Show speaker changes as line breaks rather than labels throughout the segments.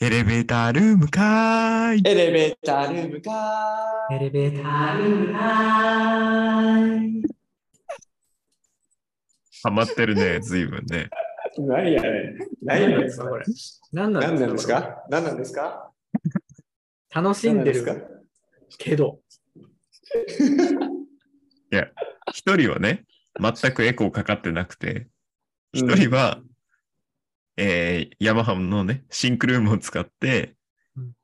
エレベータールームかーい。
エレベータールームか
エレベータールームはい。
ハマってる ね、ずいぶんね。
ーい。何やねん。何やねん。これ。
何な
何
ん
なん
で
ですす
か
か何なんですか
これ楽しんで
何な
る
ん
けど。
一人はね、全くエコーかかってなくて、
う
一
ん
人は、えーヤマハのね、シンクルームを使って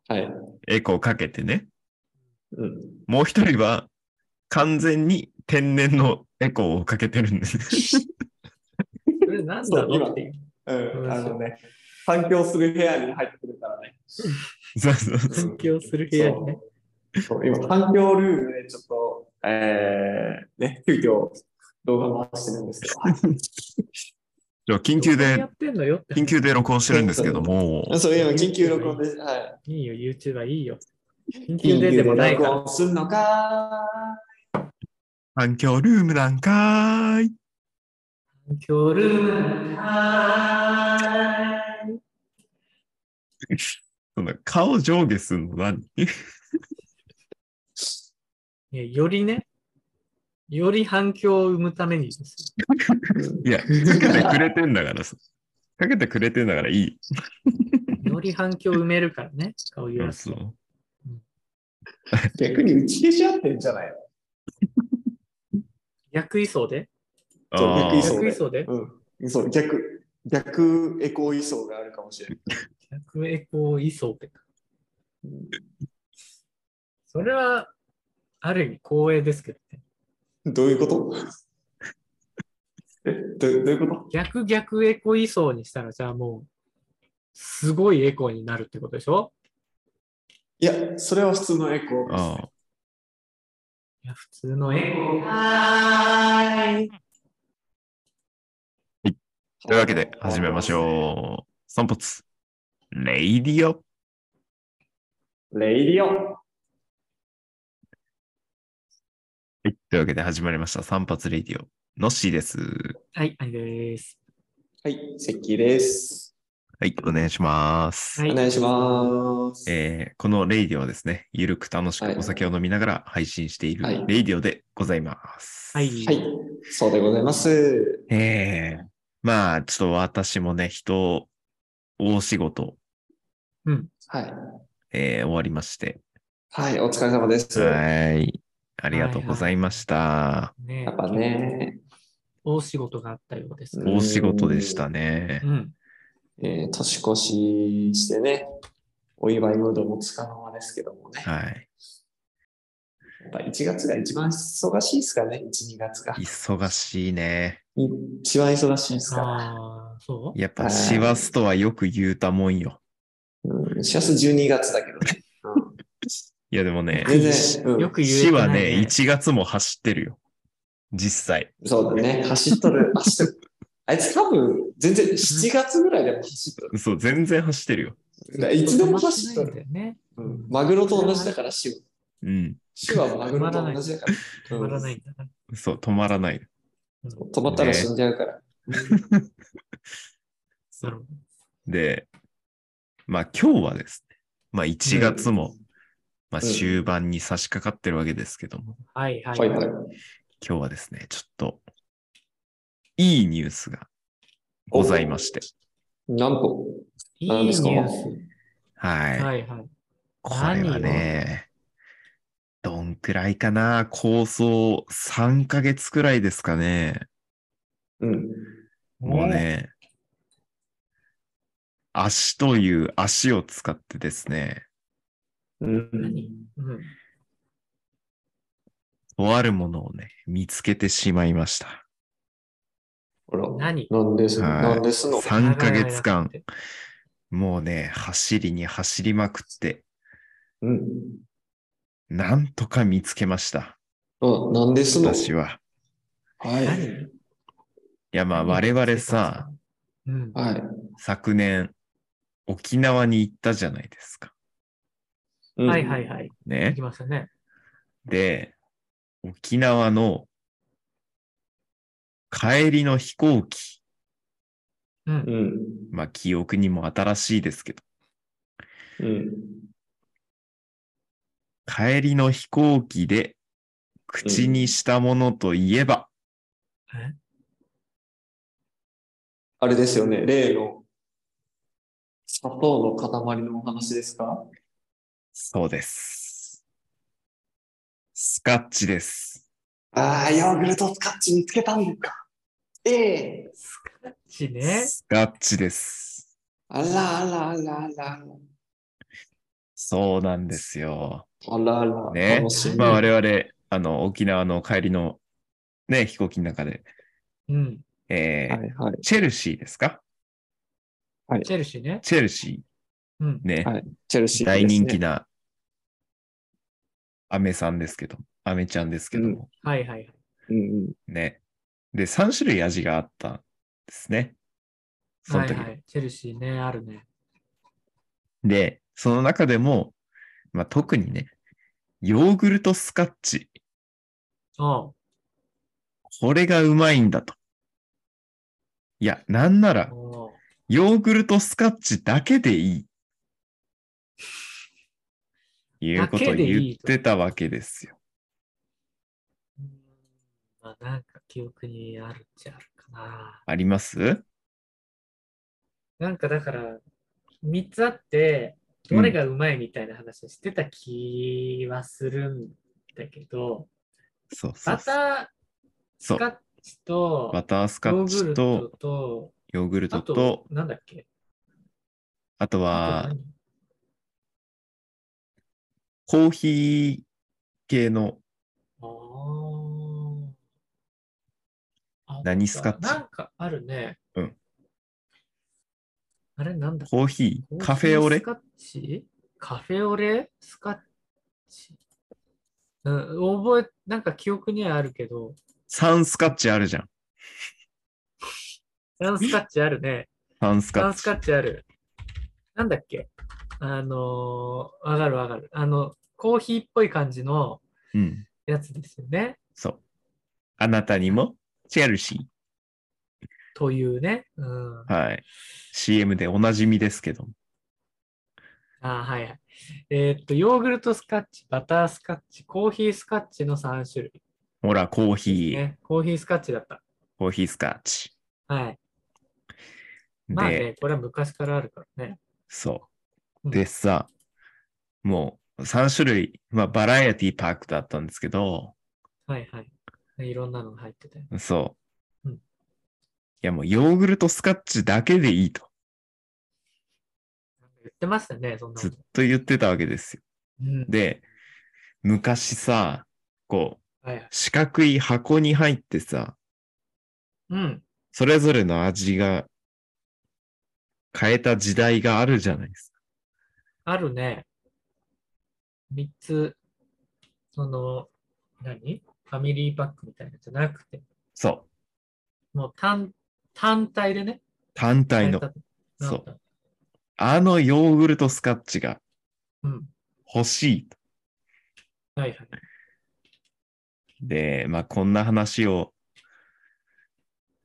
はい。
エコーかけてね、
うん。
もう一人は完全に天然のエコーをかけてるん です。
それ何だろうっていう。
うん。あのね、反響する部屋に入ってくれたらね。
そうそうそう
反響する部屋にね。
そう。そう今、反響ルームでちょっと、えー、ね、急遽動画回してるんですけ
じゃあ緊急
や
で
っ、てんのよって。
緊急で録音してるんですけども、
ど。 そう、今、緊急録音です。はい。
いいよ、YouTuber いいよ。緊急ででもないか
緊急で
ら
録。音すんのか
環境ルームなんかーい。
反響ル ームはーい。
その顔上下すんの何
いやよりね、より反響を生むためにですよ
いや、かけてくれてんだからさ。かけてくれてんだからいい。
より反響を埋めるからね、顔言わず。
そう。
ー逆に打ち消し合ってんじゃない
逆位相で
そう
あ
逆位
ー
相
逆位相で
うん。そう、逆、逆エコー位相があるかもしれない。
逆エコー位相で。それは、ある意味光栄ですけどね。
どういうこと えどうどういうこ
逆逆エコー位相にしたら、じゃあもう、すごいエコーになるってことでしょ
といや、それは普通のエコー。
あー。
いや、普通のエコー。はーい。
というわけで始めましょう。散髪。レイディオ。
う。レイディオ。
はい。というわけで始まりました。散髪レイディオ。のっしーです。
はい、あれです。
はい、関です。
はい。お願いします。
はい
お願いします。
えーこのレイディオはですね、ゆるく楽し
はい
くお酒を飲みながら配信してい
はい
るレイディオでございます。
はい。
はい、そうでございます。
ええまあ、ちょっと私もね、人、大仕事、
はい。
えー終わりまして。
はい、お疲れ様です。や
はい。ありがとうございました。
ね
っぱね、
大仕事があったようです。
うん
大仕事でしたね
う。ん。
えー年越ししてね、お祝いムードもつかの間ですけどもね。
はい。
やっぱ1月が一番忙しいですかね、1、2月が。
忙しいね。
一番忙しいですから。
ああ、そう
やっぱ、
はい
師走とはよく言うたもんよ。
うん、シャス12月だけどね。
いや、でもね、
全然、うん
よく言え
師
てな
はいね、1月も走ってるよ。実際。
そうだね。走っとる。走っとる。あいつ多分、全然7月ぐらいでも走っとる。
そう、全然走ってるよ。
いつでも走っと
止まらないんだ
る。
よね。
うんマグロと同じだから、死は。
うん。
死はマグロと同じだから。
止まらないんだから。
そう、止まらない。
うん
止まったら死んじゃうから。
なるほど
で、まあ今日はですね、まあ1月も、まあ
うん
終盤に差し掛かってるわけですけども、
はいはい。
はいはい。
今日はですね、ちょっと、いいニュースがございまして、
なんと。
いい
何
ニ
ですか
ュース。
はい。
はいはい。
これはね、どんくらいかな、構想3ヶ月くらいですかね、
うん。
もうね、足という足を使ってですね、
うん。
何うん。
とあるものをね、見つけてしまいました。
ほら。
何
なんです、
はい
なんですの。
3ヶ月間
長い長い、
もうね、走りに走りまくって、
うん。
なんとか見つけました、
あなんですの。
私は。
はい。
何
いや、まあ、我々さ、、
うん。
はい。
昨年、沖縄に行ったじゃないですか。
うん
はいはい。はい。行
ね
き。ましたね。
で、沖縄の帰りの飛行機、
うん
う。ん。
まあ、記憶にも新しいですけど、
うん。
帰りの飛行機で口にしたものといえば、
あれですよね、例の砂糖の塊のお話ですか
そうです。スカッチです。
ああ、ヨーグルトスカッチ見つけたんですか。ええ
ちね。
スカッチです。
あらあらあらあら。
そうなんですよ。
あらあら。
ね
楽しみ。
まあ我々、あの、沖縄の帰りのね、飛行機の中で、
うん。
えー
はいはい。
チェルシーですか
チェルシーね。
チェルシ
うん
ー。。ね、
はいチェルシー、
大人気。なアメさんですけど、アメちゃんですけども、
はいはいはい。
うんうん。
ね。で、3種類味があったんですね。その
はい
時。
はい。チェルシーね、あるね。
で、その中でも、まあ、特にね、ヨーグルトスカッチ、
あ
これがうまいんだと。いや、なんなら
あ。、おー
ヨーグルトスカッチだけで いい。いうことを
だけでい
言
い
っ
と
てたわけですよ。
うんまあなんか記憶にあるっちゃあるかな。
あります
なんかだから、3つあって、どれがうまいみたいな話してた気はするんだけど、
そうそう
バ
そ
タ
う。
ー
そ
ス
う
カッチと、
バタースカ
ヨ
ッ
ーグ
チ
ルト
と
と、
ヨーグルト
あ
と、
と、なんだっけ
あと
あと
は
何
コーヒー系の
あーあ
何スカッチ
なんかあるね。
うん。
あれなんだ
コーヒー、カフェオレ
コーヒースカッチカフェオレスカッチうん、覚え、なんか記憶にはあるけど、
サンスカッチあるじゃん。
サンスカッチあるね。
サンスカ
サ
ッ
ンス
チ。
カッチある。なんだっけあのー、わかるわかる。あの、コーヒーっぽい感じの
うん。
やつですよね。
そう。あなたにも、チェルシ
というね。うん。
ー。はい。CM でおなじみですけど。
あーはいはい。えーっと、ヨーグルトスカッチ、バタースカッチ、コーヒースカッチの3種類、
ほら、コーヒー、
ね。コーヒースカッチだった。
コーヒースカッチ。
はい。
で、
まあね、これは昔からあるからね。
そうう。
ん
でさ、もう3種類、まあバラエティパークだったんですけど、
はいはい。いろんなのが入ってて。
そう。
うん
いや、もうヨーグルトスカッチだけでいいと、
言ってましたね、そんな
ず
こ
っ
と。
と言ってたわけですよ。
うん。
で、昔さ、こう、
はいはい。
四角い箱に入ってさ、
うん。
それぞれの味が変えた時代があるじゃないですか。
あるね。3つ、その、何ファミリーパックみたいなのじゃなくて、
そう。
もう単単体でね。
単体の
変。えた
そ
な
うん
か。
あのヨーグルトスカッチが
うん。
欲しいと。
はいはい。
で、まあ、こんな話を、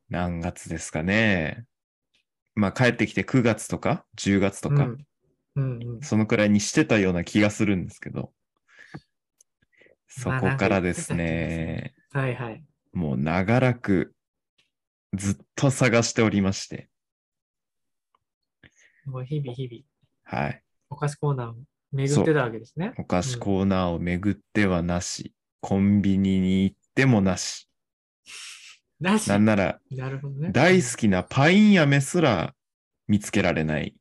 何月ですかね。まあ、帰ってきて9月とか10月とか、
うん。うんうん。
そのくらいにしてたような気がするんですけど、そこからですね、
はいはい。
もう長らくずっと探しておりまして、
もう日々日々、
はい。
お菓子コーナーを巡ってたわけですね。
お菓子コーナーを巡ってはなし、コンビニに行ってもなし、
なし。
なんなら
なるほどね。
大好きなパイン飴すら見つけられない、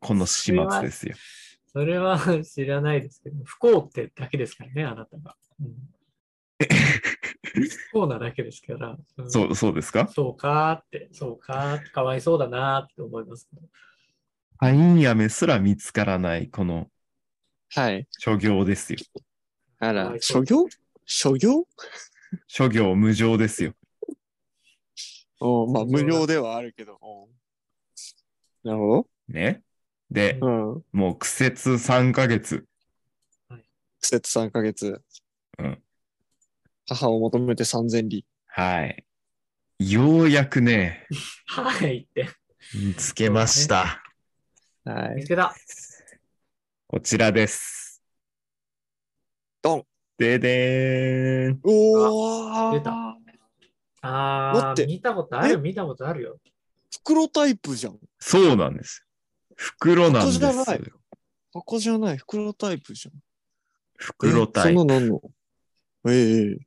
この始末ですよ。
それは知らないですけど、不幸ってだけですからね、あなたが。うん、不幸なだけですから。うん
そう、そうですか
そうかーって、そうかーって、かわいそうだなーって思いますけど。
パイン飴すら見つからない、この
はい。
諸行ですよ。
あ
からわ、いそ
諸行
う
諸行
諸行無常ですよ。
おうまあ、
諸
無
行
料ではあるけど。おうなるほ
ね。で
う
ど。、うん。
もう苦節3ヶ月。
季節3ヶ月。
うん。
母を求めて3000里。
はい。ようやくね、
はいって、
見つけました。
は
見
い。
つけた。
こちらです。
ドン
ででーん。
おお
出たあ
待っ
ー、
て
見たことあるよ、見たことあるよ。
袋タイプじゃん。
そうなんです。袋なんですよ
ここじゃない。箱じゃない、袋タイプじゃん。
袋タイ
えそ
プ。
んなのあんのええ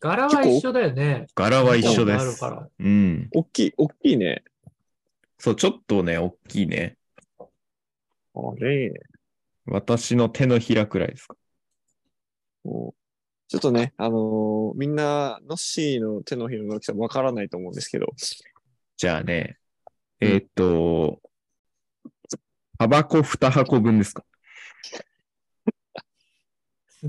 柄は一緒だよね。
柄は一緒で
見たこ
す
とあ。るから
うん。
おっきい、おっきいね。
そう、ちょっとね、大きいね。
あれ
私の手のひらくらいですか。
もうちょっとね、あのーみんな、ノッシーの手のひらの大きさわからないと思うんですけ ど、
じゃあね、えーっと、タバコ2箱分ですか。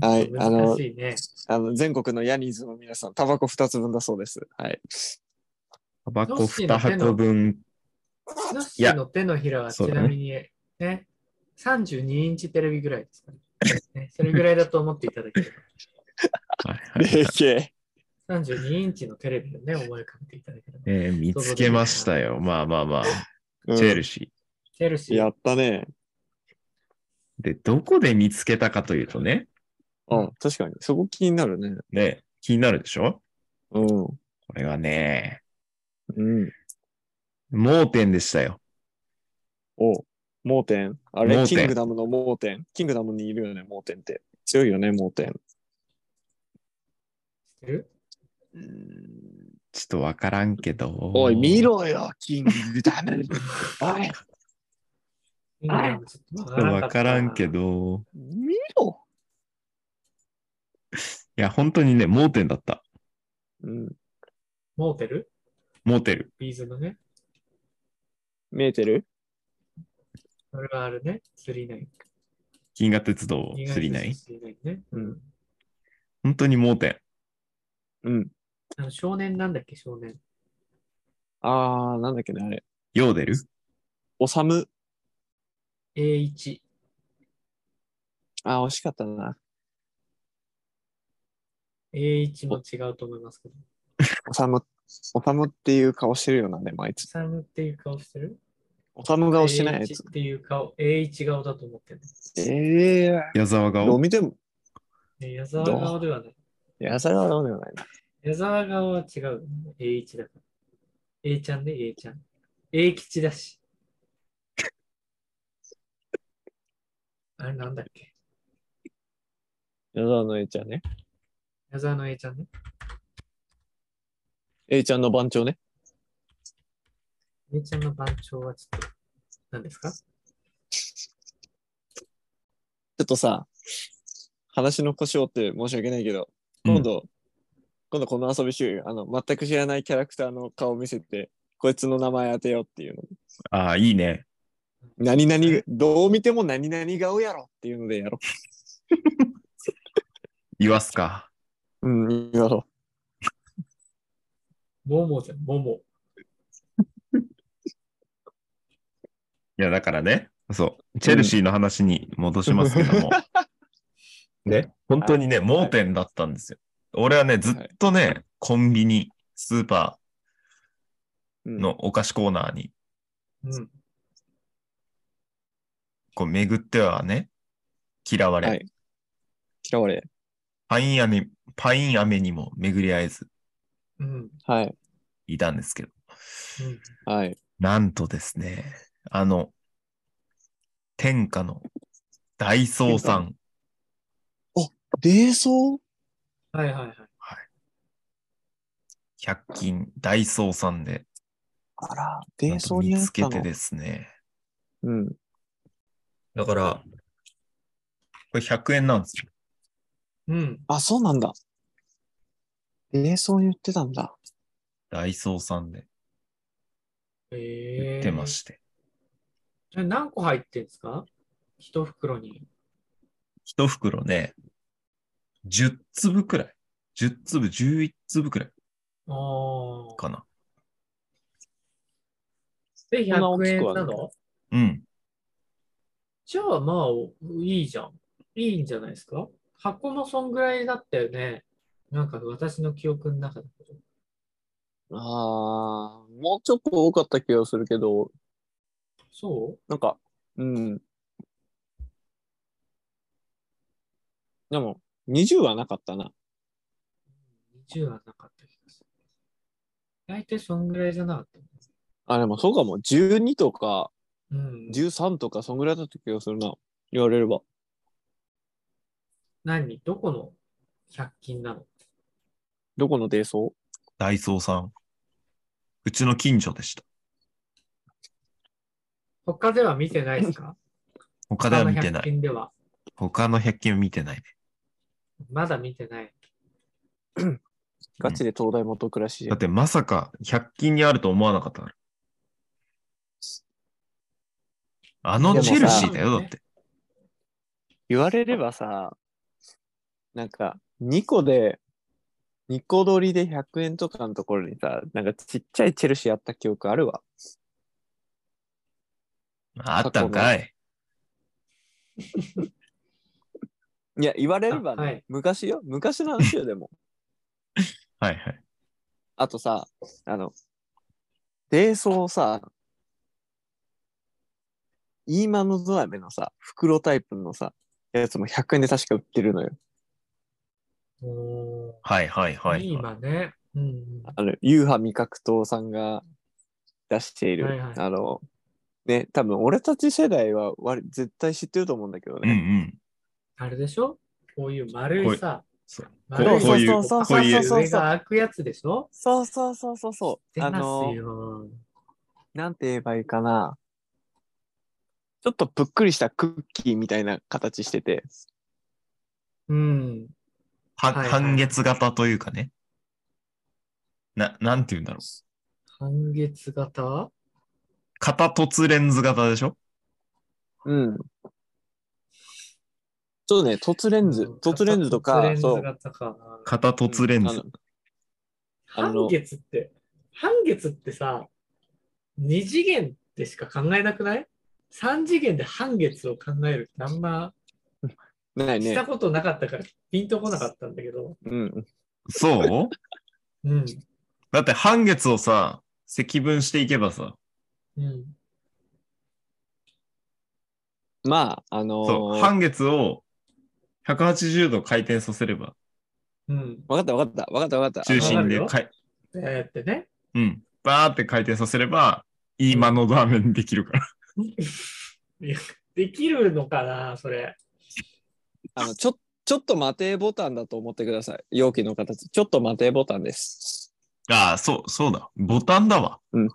はいあの
難しいね。
あの、全国のヤニーズの皆さん、タバコ2つ分だそうです。はい。
タバコ
どうして
2箱分。
ヨッシーの手のひらはち
そうだね
なみにね、32インチテレビぐらいですかね。ねそれぐらいだと思っていただけれ
はいはい
でけえ。
ば。32インチのテレビをね、思い浮かべていただければ。
えー見つけましたよ。まあまあまあ。
うん
チェルシ
チェルシ
や
ー、
ったね。
ー。で、どこで見つけたかというとね、
うん、確かに。そこ気になるね。
ね、気になるでしょ
うん。
これがね、
うん。
盲点でしたよ。
お、盲点。あ
盲
れ、キ
点
ングダムの盲点。キングダムにいるよね、盲点って。強いよね、盲点。
知ってる
うーんちょっとわからんけど。
おい、見ろよ、キングダム。おい、はい
今のちょっとわ
わからんけど。
ど。
見ろ。
いや、本当にね、盲点だった。
うん、
モーテル
モテる。
ビーズのね。
見えてる
それはあるね。釣りない。
銀河鉄道を釣りない。
釣りないね。
うん。
本当に盲点。
うん。
あの少年なんだっけ、少年。
あー、なんだっけね、あれ。
ヨーデル
おさむ。
A1。
あー、惜しかったな。
A1 も違うと思いますけど。
おさむ、おさむっていう顔してるよな、でもあいつ。
サムっていう顔してる
おさむ顔してないや
A1
つ
っ。ていう顔、A1 顔だと思ってる。
ええ
矢沢
ー。どう
顔
見ても、
ね矢沢顔ではない。
やさが顔ではないな。
矢沢側は違う。A1 だから。A ちゃんね、A ちゃん。A 吉だし。あれなんだっけ
やさの A ちゃんね。
矢沢の A ちゃんね。
A ちゃんの番長ね。
A ちゃんの番長はちょっと、何ですか
ちょっとさ、話の腰折って申し訳ないけど、
うん
今度、今度この遊び集、あの、全く知らないキャラクターの顔を見せて、こいつの名前当てようっていうの。
ああ、いいね。
何々、どう見ても何々顔やろっていうのでやろ
言わすか。
う。うん、やろ
モモじゃん、モモ。
いや、だからね、そう、チェルシーの話に戻しますけども。 ね、本当にね、盲点だったんですよ。俺はね、ずっとね、コンビニ、スーパ
う。う
ー
ん
のお菓子コーナーに、
うん。
こう、巡ってはね、嫌われ、
はい嫌われ。
パイン飴、パイン飴にも巡り合えず
うん。
はい。
いたんですけど、
うん、
はい。
なんとですね、あの、天下のダイソーさん、
冷蔵
はいはいはい。
100均ダイソーさんで、
あら、
な
冷
んと
蔵に
見
なっ
つけ
た
て
の。
ですね、
うん。
だから、これ100円なんですよ。
うん。
あ、そうなんだ。冷蔵に売ってたんだ。
ダイソーさんで
え
売
え
ってまして。
え何個入ってんですか一袋に。
一袋ね、10粒くらい。10粒、11粒くらい
ああ。
かな。
そんな大きくはな
で、100円ないの
うん。
じゃあまあ、おいいじゃん。いいんじゃないですか箱もそんぐらいだったよね。なんか私の記憶の中だけど。
あー、もうちょっと多かった気がするけど、
そ
なんか、うん。でも、20はなかったな。
20はなかった気がする。大体そんぐらいじゃなかった。
あ、でもそうかも。12とか
うん。
13とか、そんぐらいだった気がするな。言われれば。
何どこの100均なの
どこのデイソ
ダイソーさん。うちの近所でした。
他では見てないですか
他では見て
他の
な
100
い。
均では。
他の100均は見てないね。
まだ見てない。
ーガチで東大元暮らしじゃ
だ
ん
っ。てまさか100均にあると思わなかったから。あのチェルシーだよ、
でもさ
だって。
言われればさ、なんか、2個で、2個取りで100円とかのところにさ、なんかちっちゃいチェルシーやった記憶あるわ。
あったんかい。
いや、言われればね、
あはい
昔よ。昔の話よ、でも。
はいはい。
あとさ、あの、デイソーさ、イーマンのドラメのさ、袋タイプのさ、やつも100円で確か売ってるのよ。
お
はいはい
ー、、
はいい
い。今ね。うんうん。
あの、ユーハ味覚糖さんが出している、
はいはい
あの、ね、多分俺たち世代は割絶対知ってると思うんだけど
うんう
ね。
ん。
あれでしょこういう丸いさ、
そう
丸
こう
い
こういう
そうそう
こういう
そうそう
上が開くやつでしょ
そうそうそうそうそう。
出
あ
ま
の
す、よ。
なんて言えばいいかな。ちょっとぷっくりしたクッキーみたいな形してて。
うん。
は
はいはい
半月型というかね。な、なんて言うんだろう。
半月型
片凸レンズ型でしょ
うん。そうね、凸レンズ、凸レンズと
突レ
か、
ンズ
そう、
型か。
片凸レン
うん
ズ
あ。あの
半月って、半月ってさ、二次元ってしか考えなくない三次元で半月を考えるってあんま
ない
し
ね
た。ことなかったからピンとこなかったんだけど、
うん。
そう
うん、
だって半月をさ、積分していけばさ、
うん、
まあ、あのー
そう、半月を180度回転させれば、
うん、
わかったわかったわかったわかった。
中心
あ
で
わ
かい、
そうやってね、
うん、バーって回転させれば、今の画面できるから。
できるのかな、それ。
あの、ちょ、ちょっと待てボタンだと思ってください。容器の形。ちょっと待てボタンです。
ああ、そう、そうだ。ボタンだわ。
うん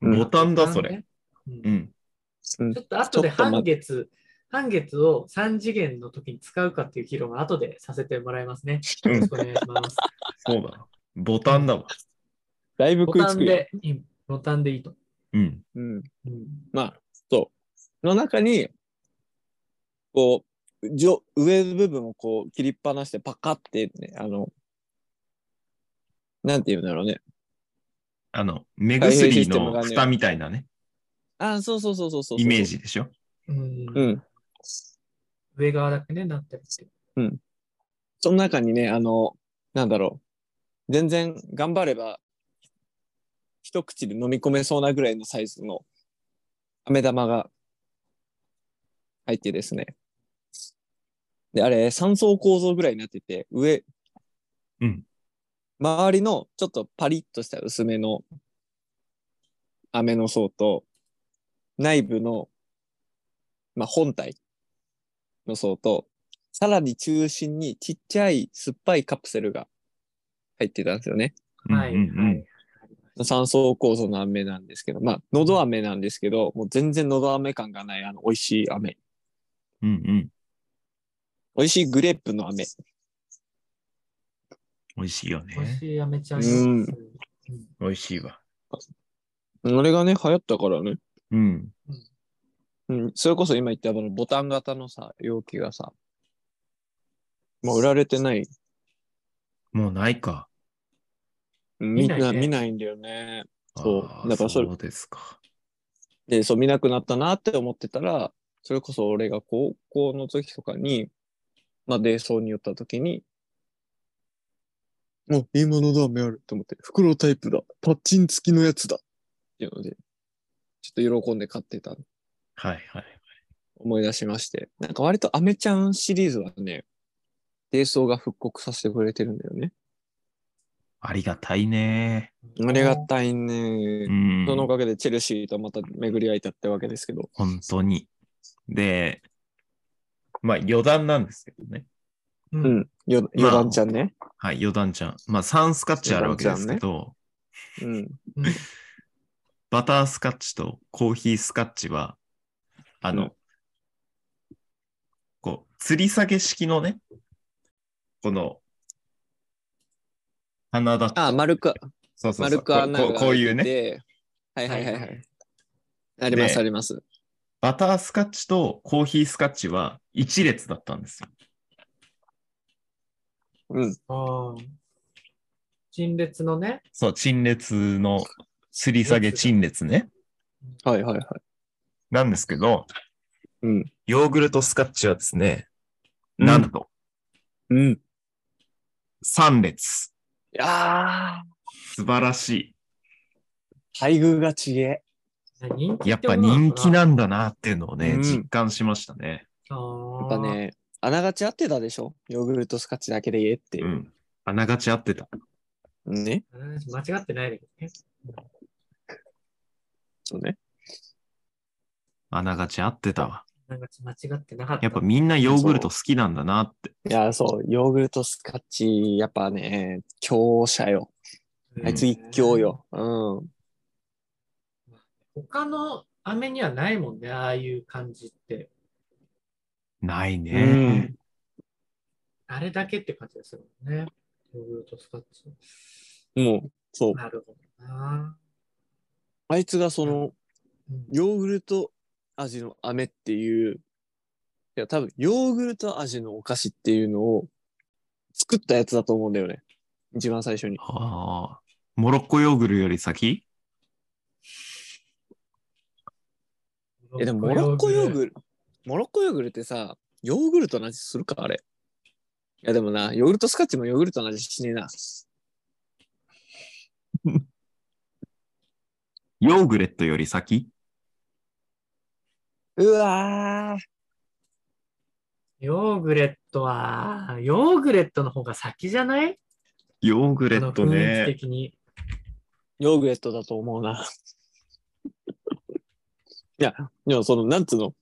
うん
ボタンだ、それ。
ねうん
うん。
うん
ちょっと後で
ちょっと待
半月、半月を3次元の時に使うかっていう議論は後でさせてもらいますね。
うん
よろしくお願い します。
そうだ。ボタンだわ。
だいぶ
ボ
食い
タ
つ
ン
くよ。
でいい、ボタンでいいと。
うん。
うん。
うん、
まあ、そう。の中に、こう、上、上部分をこう切りっぱなしてパカってね、あの、なんて言うんだろうね。
あの、目薬の
開閉システムが
蓋みたいなね、
あそうそうそうそうそうそう。
イメー。ジでしょ。
うん
うん。
上側だけね、なってるって。
その中にね、あの、なんだろう。全然頑張れば、一口で飲み込めそうなぐらいのサイズの飴玉が入ってですね。で、あれ、三層構造ぐらいになってて、上、
うん。
周りのちょっとパリッとした薄めの飴の層と、内部の、まあ、本体の層と、さらに中心にちっちゃい酸っぱいカプセルが入ってたんですよね。
は
うん
い、はい
うんうん。。
三層構造の飴なんですけど、まあ、のど飴なんですけど、もう全然のど飴感がない、あの、美味しい飴。
うんうん。
美味しいグレープの飴。
美味しいよ
美味
ね。
しいやめちゃい
うん
ます
美味しいわ。
あれがね、流行ったからね。
うん。
うん。それこそ今言ったあのボタン型のさ、容器がさ、もう売られてない。
もうないか。
うんみ
見
ん
ない
な
ね
見ないんだよね。そう
あー
だからそれ
そうですか。
で、そう見なくなったなって思ってたら、それこそ俺が高校の時とかに、まあ、デイソーに寄った時に、もう今のダメあると思って、袋タイプだ、パッチン付きのやつだっていうので、ちょっと喜んで買ってたの
はいはい。
思い出しまして、なんか割とアメちゃんシリーズはね、デイソーが復刻させてくれてるんだよね。
ありがたいね。
ありがたいね。
うん。
そのおかげでチェルシーとまた巡り合えたってわけですけど。
本当に。で、まあ余談なんですけどね。
う。
うん
よ、
まあ
よだんちゃんね。
はい、余談ちゃん。まあ3スカッチあるわけですけど、
うん。
バタースカッチとコーヒースカッチは、あの、
うん
こう、吊り下げ式のね、この、花だった。
あ、丸く、
そうそうそ
丸
う
く穴が
こうこうこういうね、
ね。はいはいはいは。
はい
ありますあります。
バタースカッチとコーヒースカッチは一列だったんですよ。
うん。
ああ。陳列のね、
そう、陳列の、吊り下げ陳列ね。
はいはいはい。
なんですけど、
うん。
ヨーグルトスカッチはですね、
うん
なんと
うん。
3列。
いや
素晴らし
ー、待遇がちげえ。
人気
い。やってぱ
こと
人気な
の
んだなっていうのをね、
うん
実感しましたね。
やっぱ
かな。ああ。
ね、あながち合ってたでしょヨーグルトスカッチだけで言えっていうう。
ん。あながち合ってた。
ね。
間違ってないだけどね。
そうね。
あながち合ってたわ。
なんか間違ってなかった。
やっぱみんなヨーグルト好きなんだなって。
いやー、そう、ヨーグルトスカッチ、やっぱね、強者よ。
うん
あいつ一強よ。うん。
他の飴にはないもんね、ああいう感じって。
ない
うん
ね。
あれだけって感じがするもんね。ヨーグルトスカッチ。
もう、そう。
なるほどな。
あいつがその、
うん
ヨーグルト味の飴っていう、いや、多分、ヨーグルト味のお菓子っていうのを作ったやつだと思うんだよね。一番最初に。
ああ。モロッコヨーグルより先
え、でも、モロッコヨーグル、モロッコヨーグルってさ、ヨーグルトの味するかあれ。いや、でもな、ヨーグルトスカッチもヨーグルトの味しねえな。
ヨーグレットより先
うわ
ヨーグレットは、ヨーグレットの方が先じゃない
ヨーグレ
あ
ッ
の
ト
雰囲気
ね。
的に。
ヨーグレットだと思うな。 いや、でもその、なんつうの、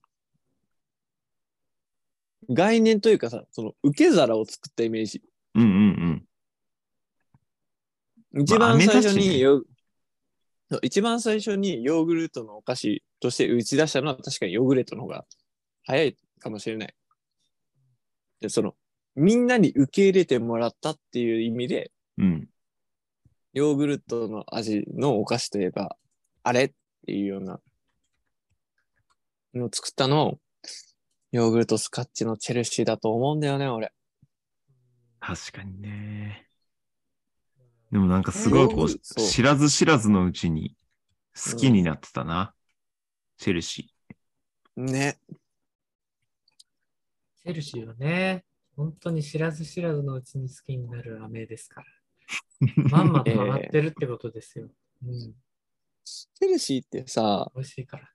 概念というかさ、その、受け皿を作ったイメージ。
うんうんうん。
一番最初
飴だしね
にヨー、そう一番最初にヨーグルトのお菓子として打ち出したのは確かにヨーグレットの方が早いかもしれない。で、その、みんなに受け入れてもらったっていう意味で、
うん。
ヨーグルトの味のお菓子といえば、あれっていうようなのを作ったのを、ヨーグルトスカッチのチェルシーだと思うんだよね、俺。
確かにね。でもなんかすごいこ
ヨーグル
う、
ト
知らず知らずのうちに好きになってたな。チェルシー。
ね。
チェルシーはね、本当に知らず知らずのうちに好きになる飴ですから。ま んまとハマってるってことですよ。うん。
チェルシーってさ、
美味しいから。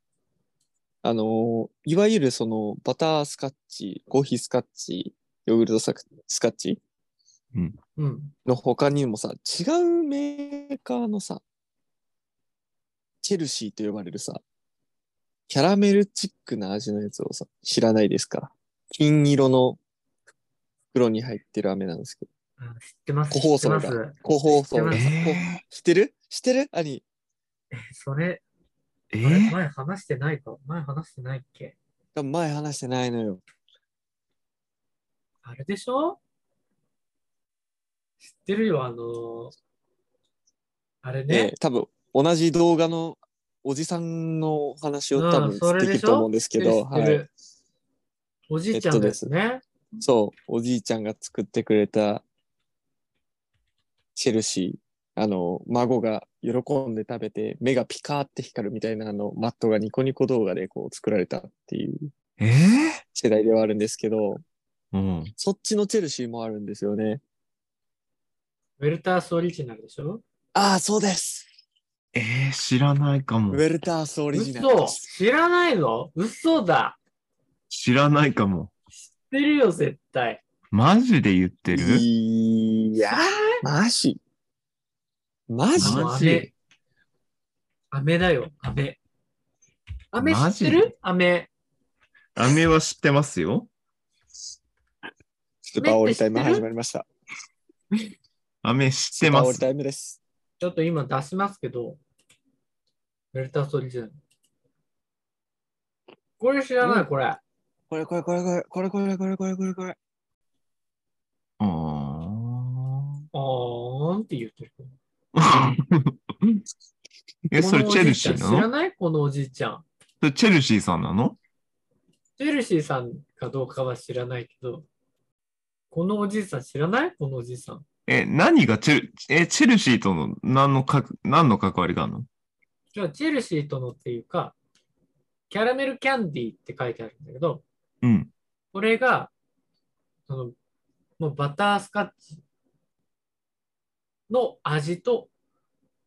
あのー、いわゆるそのバタースカッチ、コーヒースカッチ、ヨーグルトスカスカッチ
うん。
の他にもさ、違うメーカーのさ、チェルシーと呼ばれるさ、キャラメルチックな味のやつをさ、知らないですか金色の袋に入ってる飴なんですけど。
あ知ってます。
個包装が
知ってます
個包
知って
装が
ま
え
す
ー知ってる知ってる兄
それ、
え
あれ
ー
前話してないか前話してないっけ
が前話してないのよ。
あれでしょ知ってるよ、あのーあれ
え
ね
え、多分同じ動画のおじさんのお話を多
う
分
んそ
で
れ
き
で
る
しょ
と思うんですけど、
知ってる
は
知って
い
る。おじいちゃんですね。
そう、おじいちゃんが作ってくれたチェルシー、あの、孫が喜んで食べて、目がピカーって光るみたいな、あの、マットがニコニコ動画でこう作られたっていう
えー
世代ではあるんですけど、
うん。
そっちのチェルシーもあるんですよね。
ウェルタースオリジナルでしょ
ああ、そうです。
えー、知らないかも
ウ。ェルタースオリジナル
嘘
です。
知らないの嘘だ
知らないかも。
知ってるよ、絶対。
マジで言ってる
いやー、マジ。マジ
マ
マ
ジ
ジ飴だよ、飴。飴
マ
知
ジ
ってる飴。
アメは知ってますよ。
スーパーオールタイム始まりました。
アメ知っ
ス
て
ーパー
ま
オール
す。
タイムです。
ちょっと今出しますけど、メルタソリジュン。これ知らない、これ。
これこれこれこれこれこれこれこれこれこれ。
うーん
おーんって言ってる。
え、それ
このお
チ
じい
ェル
ち
シ
ゃん
ー
知
な
ら
の
ないこのおじいちゃん。
それチェルシーさんなの
チェルシーさんかどうかは知らないけど、このおじいさん知らないこのおじいさん。
え、何がチェル、え、チェルシーとの何のか、何の関わりがあるの
じゃあ、チェルシーとのっていうか、キャラメルキャンディーって書いてあるんだけど、
うん。
これが、その、もうバタースカッチの味と、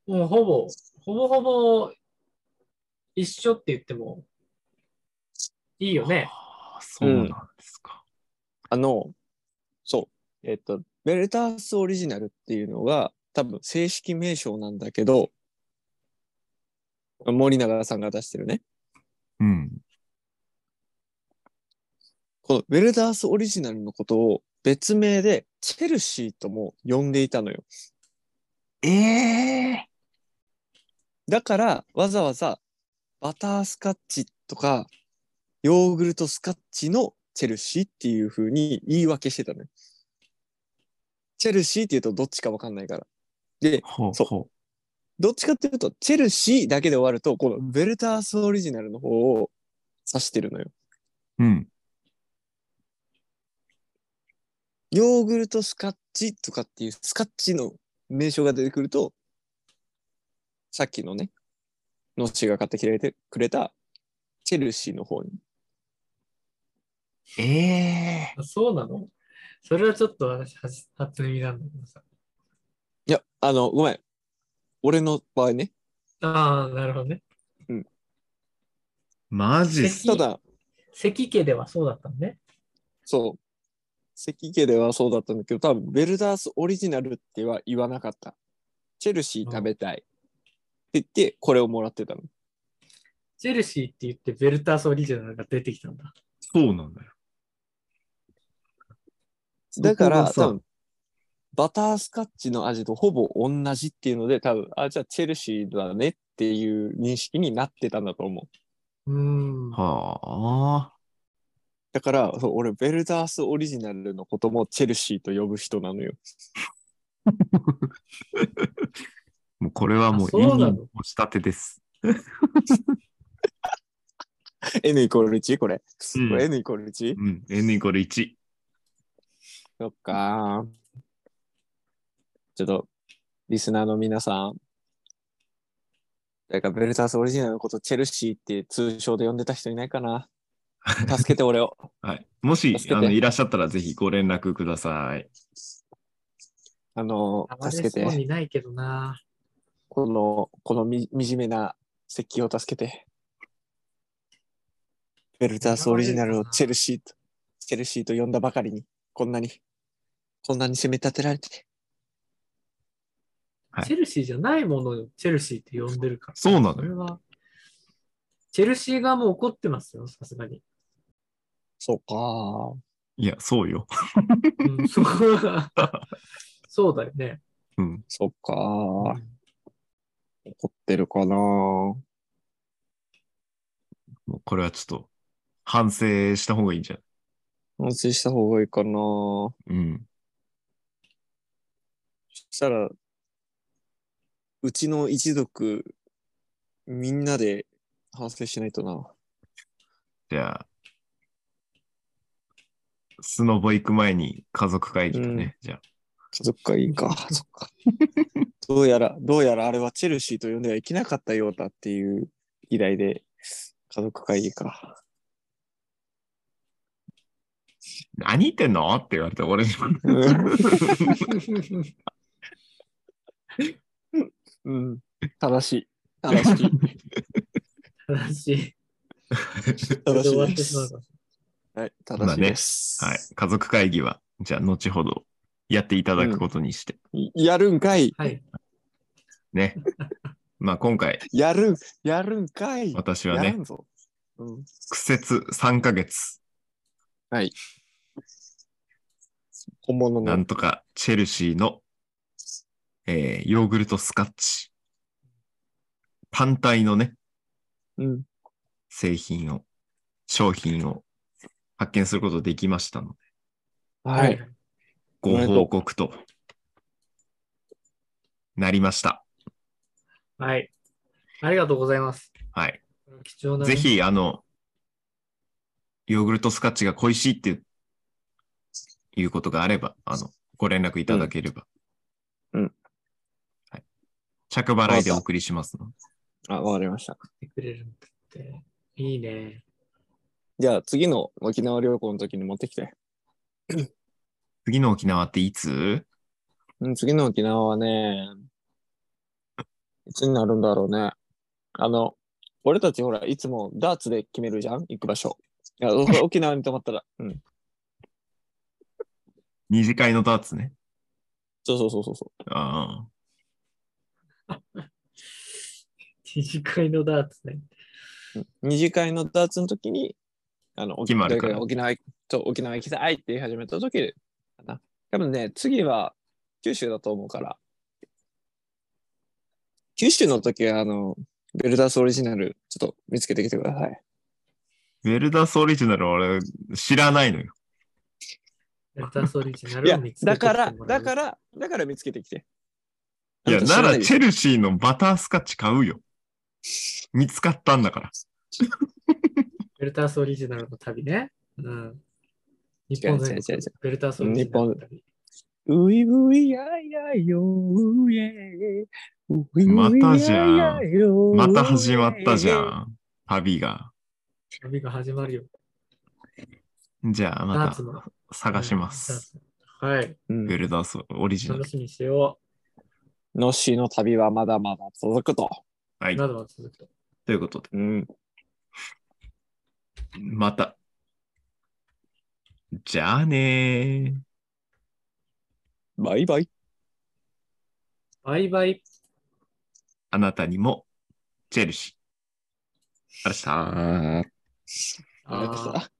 もうほぼ、ほぼほぼ一緒って言ってもいいよね。
ああ、そうなんですか。
あの、そう。えっと、ベルタースオリジナルっていうのが多分正式名称なんだけど、森永さんが出してるね。
うん。
このベルタースオリジナルのことを別名でチェルシーとも呼んでいたのよ。
ええ
だからわざわざバタースカッチとかヨーグルトスカッチのチェルシーっていう風に言い訳してたのよ。チェルシーって言うとどっちかわかんないから。で、
ほう
そう
ほ
どっちかっていうと、チェルシーだけで終わると、このベルタースオリジナルの方を指してるのよ。
う。うん。
ヨーグルトスカッチとかっていうスカッチの名称が出てくると、さっきのね、ノッチが買ってきてくれたチェルシーの方に。
ええ
あそうなのそれはちょっと私、初初耳なんだけどさ。
いや、あの、ごめん。俺の場合ね。
ああ、なるほどね。
マジっす
ただ、
関家ではそうだったのね。
そう。関家ではそうだったんだけど、多分ベルダースオリジナルっては言わなかった。チェルシー食べたい。って言って、これをもらってたの。
チェルシーって言ってベルターソリジナルが出てきたんだ。
そうなんだよ。
だから、
そこがさ
多分バタースカッチの味とほぼ同じっていうので、多分あ、じゃあチェルシーだねっていう認識になってたんだと思う。
うーん。
はあ。
だから、そう俺、ベルダースオリジナルのこともチェルシーと呼ぶ人なのよ。
もうこれはもう
あ
意
そう
味
なの
の押し立てです。
N イコール1これ。
うん
これ N イコール 1?
うん。N イコール1。
そっかー。ちょっと、リスナーの皆さん。だから、ベルタースオリジナルのこと、チェルシーって通称で呼んでた人いないかな 助けて俺を。
はい。もし
助、けて
あの、いらっしゃったらぜひご連絡ください。
あの
あ、まり
助け
そう
て。
にないけどな。
この、このみ惨めな石器を助けて。ベルタースオリジナルをチェルシーと、チェルシーと呼んだばかりに、こんなに、こんなに攻め立てられて。
はい
チェルシーじゃないものをチェルシーって呼んでるから。
そうなのよ
それは、チェルシー側も怒ってますよ、さすがに。
そうか。
いや、そうよ。
うんそうだよね。
うん。
そっか。怒ってるかな。
もうこれはちょっと、反省した方がいいんじゃん。
反省した方がいいかな。そ
うん。
したら、うちの一族、みんなで反省しないとな。
じゃあ、スノボ行く前に家族会議だね。じゃあ。
家族会議か。そっか。どうやら、どうやらあれはチェルシーと呼んではいけなかったようだっていう議題で、家族会議か。
何言ってんのって言われて、俺にも。
うん。正しい。正 しい。
正しい。
正
終わ
し
っ
いで
てしまう
す。
から
はい。正しいです。
はい。家族会議はじゃあ、後ほどやっていただくことにして。
やるんかい。
はい。
ね。まあ、今回、
やるん、やるんかい。
私
や
は
ら
ね、
んぞ。うん。
苦節3ヶ月、
はい。本物
な
の
んとかチェルシーの、えーヨーグルトスカッチ、単体のね、
うん。
製品を、商品を発見することできましたので、
はい。。
ご報告となりました。
はい。ありがとうございます。
はい。
貴重なね、
ぜひ、あの、ヨーグルトスカッチが恋しいっていういうことがあれば、あの、ご連絡いただければ。
うんうん
はい。着払いでお送りしますので。
あ、わかりました。
来てくれるんだって。いいね。
じゃあ次の沖縄旅行の時に持ってきて。
次の沖縄っていつ
うん、次の沖縄はね、いつになるんだろうね。あの、俺たちほら、いつもダーツで決めるじゃん行く場所。いや、お沖縄に泊まったら。うん。
二次会のダーツね。
そうそうそうそうそ
ああ。
二次会のダーツね。
う。うん二次会のダーツの時に、あの、沖
決まるから
誰が沖縄行そう沖縄行きたいって言い始めた時かな。多分ね、次は九州だと思うから。九州の時は、あの、ベルダースオリジナル、ちょっと見つけてきてください。
ウェルダスオリジナルは俺知らないのよ。
ベルタソリジナ
い
ル
や
を見、つけ
だ
てきても
からら
う、
だから、だから見つけてきて。
いや、
あた知ら
なら
いでし
チ
ょ
ェルシーのバタースカッチ買うよ。見つかったんだから。
ベルタースオリジナルの旅ね。うん。日
違う
本
違う違う
全
違う
国ベルタースオリジナルの旅。
ういういやいやようえ。ういうい
またじゃん
やいやようえ
また始まったじゃ。ん。旅が。
旅が始まるよ。
じゃあ、
ダー
ま
ツの。
た探します。
うん。はい。
うん
ウェルダースオリジナル
楽。しみにしてよ
のっしーの旅はまだまだ続くと。
は
う。
い。
などは続くと。
ということで、
うん。
また。じゃあねー。
バイバイ。
バイバイ。
あなたにも、チェルシー。あらしたー。
ありがとうございました